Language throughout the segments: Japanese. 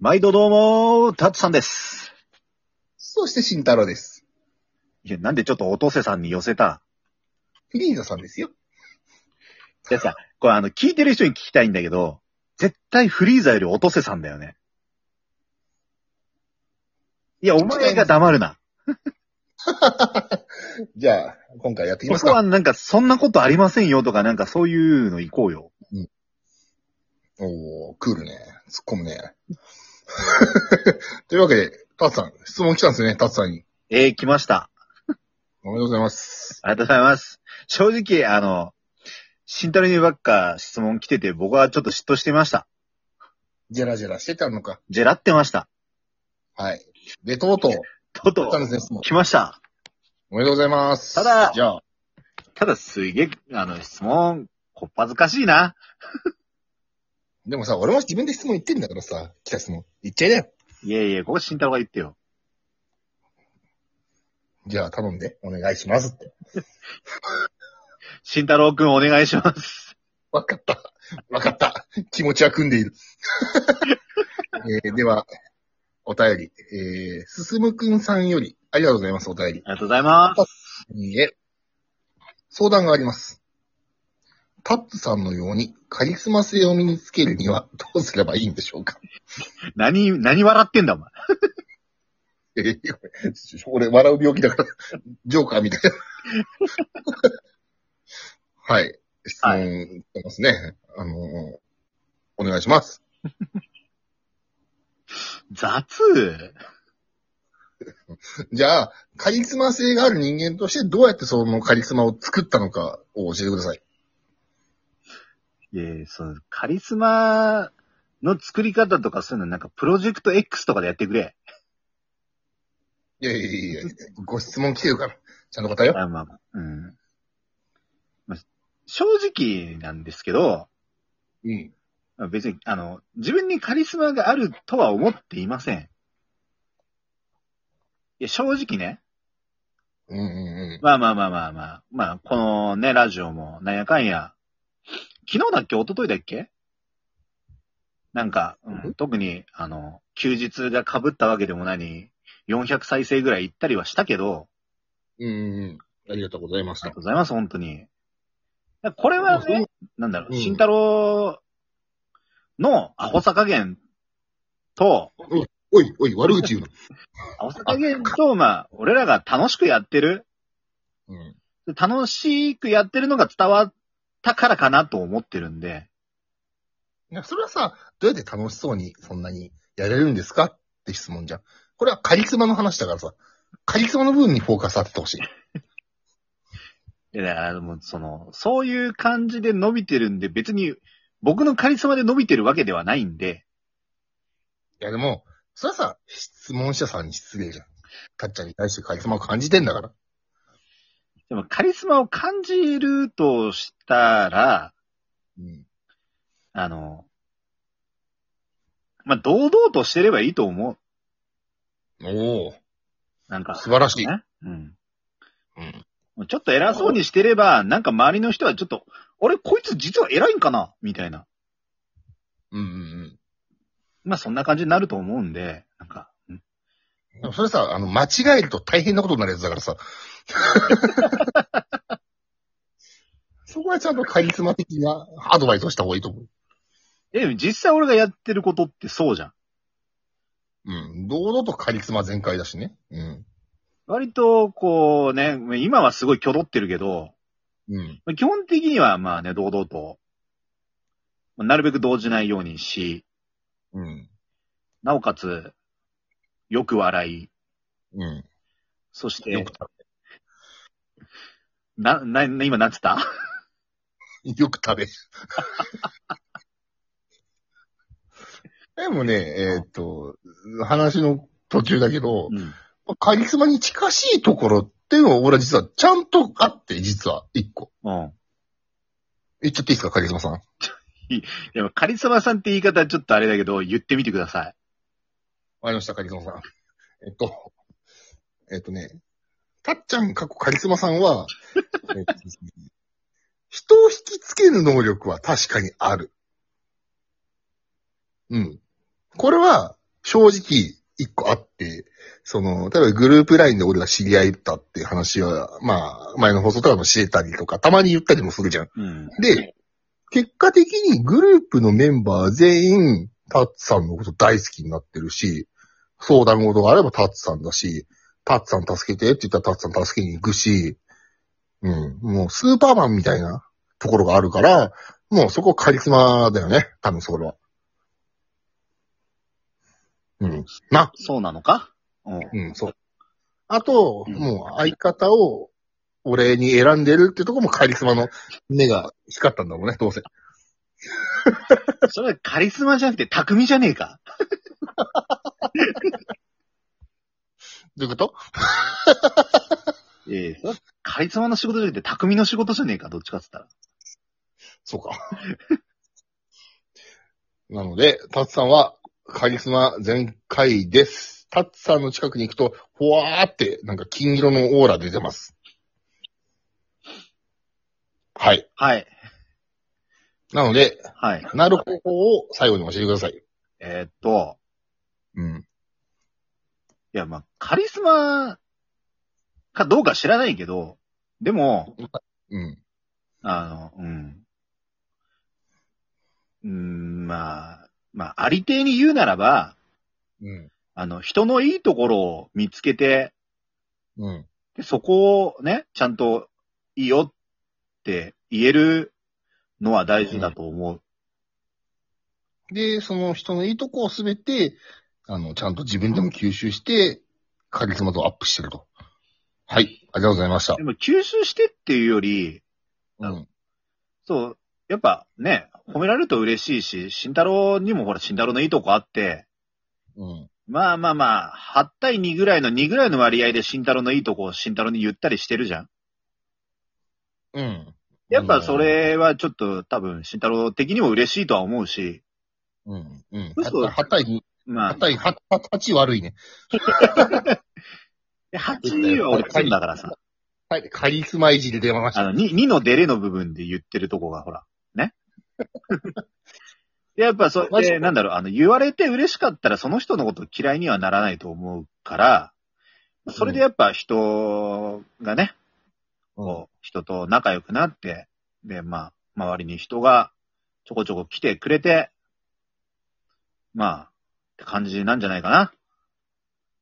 毎度どうも、タツさんです。そして慎太郎です。いや、なんでちょっとおとせさんに寄せたフリーザさんですよ。いやさ、これあの、聞いてる人に聞きたいんだけど、絶対フリーザよりおとせさんだよね。いや、お前が黙るな。じゃあ、今回やっていきます僕はか。なんか、そんなことありませんよとか、なんかそういうの行こうよ。おー、クールね。突っ込むね。 というわけで、タツさん、質問来たんですよね、タツさんに。えー、来ました。おめでとうございます。ありがとうございます。正直、あの、慎太郎にばっか質問来てて、僕はちょっと嫉妬してました。ジェラジェラしてたのか。ジェラってました。はい。で、とうとう、とうと来たんう、ですね、質問。来ました。おめでとうございます。ただじゃあ、ただ、すげえ、あの、質問、こっぱずかしいな。でもさ、俺も自分で質問言ってんだからさ、来た質問。言っちゃいなよ。いやいや、ここ慎太郎が言ってよ。じゃあ、頼んで、お願いしますって。慎太郎くんお願いします。 わかった。わかった。気持ちは組んでい る。えーでは、お便り。えー、すすむくんさんより、ありがとうございます、お便り。ありがとうございます。いいえ。相談があります。タップさんのようにカリスマ性を身につけるにはどうすればいいんでしょうか何、何笑ってんだお前。えーごめん俺、笑う病気だから、ジョーカーみたいな。 はい。質問してますね。あのーお願いします。雑じゃあ、カリスマ性がある人間としてどうやってそのカリスマを作ったのかを教えてください。いやいやそのカリスマの作り方とかそういうのなんかプロジェクト X とかでやってくれ。いやいやいやいや、ご質問来てるから、ちゃんと答えよう。あまあ、うん。まあ、正直なんですけど、うん。まあ別に、あの、自分にカリスマがあるとは思っていません。いや、正直ね。うんうんまあまあまあまあまあ、まあ、このね、ラジオも、なんやかんや、昨日だっけ一昨日だっけなんか、うんん特に、あの、休日が被ったわけでもないに、400再生ぐらい行ったりはしたけど、うん。うんうん。ありがとうございましありたが。とうございます、本当に。これはそうね、なんだろう、うん慎太郎のアホさ加減と、おい、おい、悪口言うの。アホさ加減と、まあ、俺らが楽しくやってる、うん。楽しくやってるのが伝わったからかなと思ってるんで、いや、それはさ、どうやって楽しそうにそんなにやれるんですかって質問じゃん。これはカリスマの話だからさ、カリスマの部分にフォーカス当ててほしい。いや、だからもうその、そういう感じで伸びてるんで、別に、僕のカリスマで伸びてるわけではないんで、いやでも、それはさ、質問者さんに失礼じゃん。たっちゃんに対してカリスマを感じてんだから。でもカリスマを感じるとしたら、うん。あの、まあ、堂々としてればいいと思う。おおなんか、素晴らしい。ね。うん。うん。もうちょっと偉そうにしてれば、なんか周りの人はちょっと、俺こいつ実は偉いんかなみたいな。うんうんまあ、そんな感じになると思うんで、なんか、うんうん。でもそれさ、あの、間違えると大変なことになるやつだからさ。 そこはちゃんとカリスマ的なアドバイスをした方がいいと思う。え、でも実際俺がやってることってそうじゃん。うん。堂々とカリスマ全開だしね。うん。割と、こうね、今はすごい挙動ってるけど、うん。基本的にはまあね、堂々と、まあなるべく動じないようにし、うん。なおかつ、よく笑い、うそしん。よてく、食な、な、な今なんつったべ。 よく食べ。でもね、えーっと、話の途中だけど、うん。カリスマに近しいところっていうのを俺は実はちゃんとあって、実は一個。 うん。言っちゃっていいですか、カリスマさん。でも、カリスマさんって言い方はちょっとあれだけど、言ってみてください。わかりました、カリスマさん。えっと、えっとね、たっちゃん過去カリスマさんは、 えっとですね人を引きつける能力は確かにある。うん。これは、正直、一個あって、その、例えばグループラインで俺が知り合いだったっていう話は、まあ、前の放送とかもしてたりとか、たまに言ったりもするじゃん。うん。で、結果的にグループのメンバー全員、タッツさんのこと大好きになってるし、相談事があればタッツさんだし、タッツさん助けてって言ったらタッツさん助けに行くし、うん、もうスーパーマンみたいなところがあるから、もうそこカリスマだよね、多分それは。うん。な、そうなのかうん。うん、そう。あと、うんもう相方を俺に選んでるってとこもカリスマの目が光ったんだろうね、どうせ。それはカリスマじゃなくて匠じゃねえか。どういうことええそれはカリスマの仕事じゃなくて匠の仕事じゃねえか、どっちかって言っそうか。 なので、タツさんはカリスマ全開です。タツさんの近くに行くと、ほわーって、なんか金色のオーラ出てます。はい。たら。はい。なので、はい。なる方法を最後に教えてください。えーっと、うん。いや、まあ、カリスマかどうか知らないけど、でも、うん。あの、うん。うーん、まあ、まあ、ありていに言うならば、うん。あの、人のいいところを見つけて、うん。でそこをね、ちゃんといいよって言えるのは大事だと思う。で、その人のいいとこをすべて、あの、ちゃんと自分でも吸収して、カリスマ度をアップしてると。はい。ありがとうございましたで。も吸収してっていうより、うん。そう、やっぱね、褒められると嬉しいし、慎太郎にもほら、慎太郎のいいとこあって、うん。まあまあまあ、8対2ぐらいの2ぐらいの割合で慎太郎のいいとこを慎太郎に言ったりしてるじゃん。うん。やっぱそれはちょっと多分慎太郎的にも嬉しいとは思うし、うん。うん。嘘はたい、まはあ、たい、はたち悪いね。 8は俺そうだからさ、はい。カリスマいじり出ましあの、た。2、2のデレの部分で言ってるとこがほら、ね。 やっぱそマれジで、なんだろう、あの、言われて嬉しかったらその人のこと嫌いにはならないと思うから、それでやっぱ人がね、うんこう、人と仲良くなって、で、まあ、周りに人がちょこちょこ来てくれて、まあ、って感じなんじゃないかな。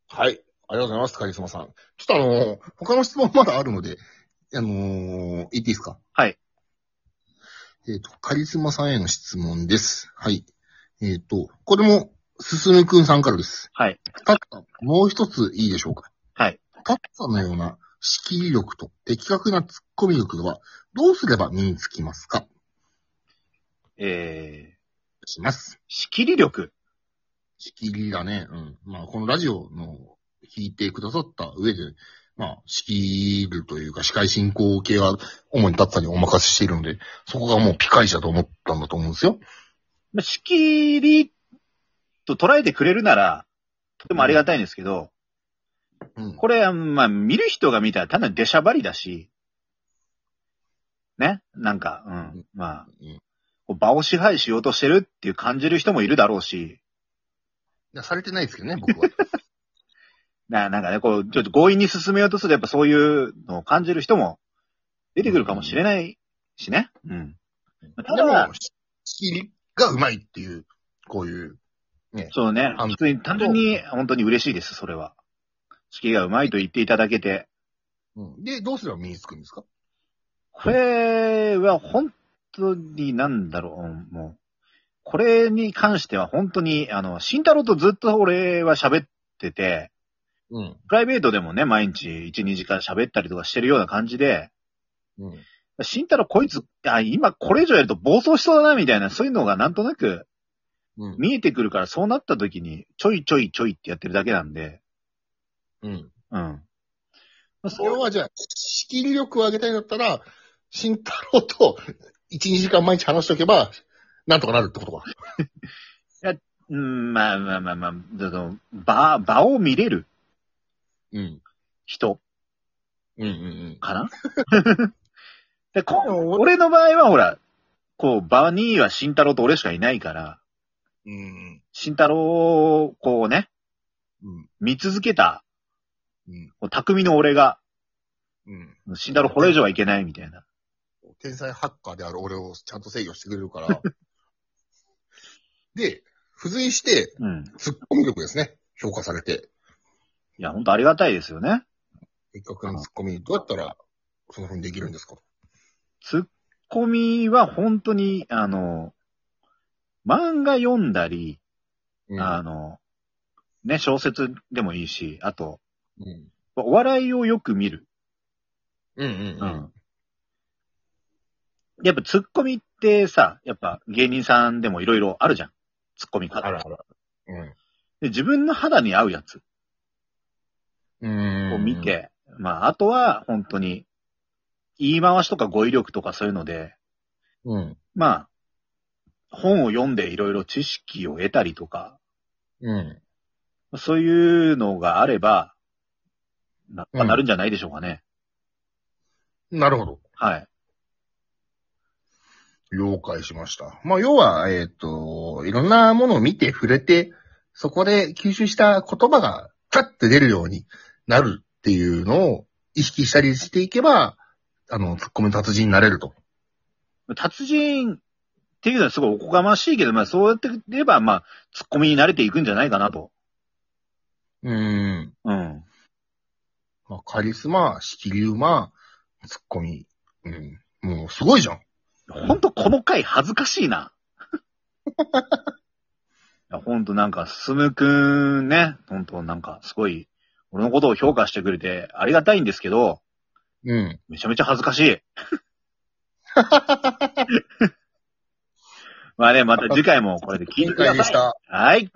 はい。ありがとうございます、カリスマさん。ちょっとあのー他の質問まだあるので、あのー言っていいですかはい。えっ、と、カリスマさんへの質問です。はい。えっ、と、これも、すすむくんさんからです。はい。タッツさん、もう一ついいでしょうかはい。タッツさんのような仕切り力と的確な突っ込み力は、どうすれば身につきますかえー、します。仕切り力。仕切りだね。うん。まあ、このラジオの聞いてくださった上で、まあ、仕切るというか、司会進行系は主にタッツさんにお任せしているので、そこがもうピカイチだと思ったんだと思うんですよ。まあ仕切りと捉えてくれるなら、とてもありがたいんですけど、うん。これ、まあ、見る人が見たら単なる出しゃばりだし、ね、なんか、うん、まあ、うんこう場を支配しようとしてるっていう感じる人もいるだろうし、いや、されてないですけどね、僕は。な、なんかね、こう、ちょっと強引に進めようとすると、やっぱそういうのを感じる人も出てくるかもしれないしね。うん。たでだも、、仕切りがうまいっていう、こういう。そうね、あの普通に単純に本当に嬉しいです、それは。式がうまいと言っていただけて。うん、で、どうすれば身につくんですかこれは本当になんだろううん、もう。これに関しては本当に、あの、慎太郎とずっと俺は喋ってて、うん。プライベートでもね、毎日1、2時間喋ったりとかしてるような感じで、うん。慎太郎こいつ、あ、今これ以上やると暴走しそうだな、みたいな、そういうのがなんとなくうん。見えてくるから、そうなった時に、ちょいちょいちょいってやってるだけなんで、うん。うん。まあそそれれは、はじゃあ、仕切り力を上げたいんだったら、慎太郎と1、2時間毎日話しておけば、なんとかなるってことか。うん、まあまあまあまあ、その場、場を見れるうん。人うんうんかな でこ俺の場合はほら、こう、場には慎太郎と俺しかいないから、うん。うん。慎太郎をこうね、うん。見続けた、うんこう匠の俺が、うん。慎太郎これ以上はいけないみたいな。天才ハッカーである俺をちゃんと制御してくれるから。で、付随して、うん。突っ込み力ですね。評価されて。いや、ほんとありがたいですよね。せっかくの突っ込み、どうやったら、その風にできるんですかツッコミは本当に、あの、漫画読んだり、うんあの、ね、小説でもいいし、あと、うん。お笑いをよく見る。うんうんやっぱツッコミってさ、やっぱ芸人さんでもいろいろあるじゃん。ツッコミうん。あ方。らあら。うん。で、自分の肌に合うやつうんを見。て、まあ、あとは本当に、言い回しとか語彙力とかそういうので、うん。まあ、本を読んでいろいろ知識を得たりとか、うん。そういうのがあれば、な、うんなるんじゃないでしょうかね。なるほど。はい。了解しました。まあ、要は、えっ、と、いろんなものを見て、触れて、そこで吸収した言葉が、ガッて出るようになるっていうのを意識したりしていけば、あの、突っ込み達人になれると。達人っていうのはすごいおこがましいけど、まあそうやってれば、まあ、ツッコミに慣れていくんじゃないかなと。うん。うん。まあ、カリスマ、仕切り馬、突っ込み。うん。もう、すごいじゃん。ほんとこの回恥ずかしい な。いやほんとなんか、すむくんね、ほんとなんかすごい、俺のことを評価してくれてありがたいんですけど、うん。めちゃめちゃ恥ずかし い。まあね、また次回もこれで聞いて了くだ解さでしい。た。はい。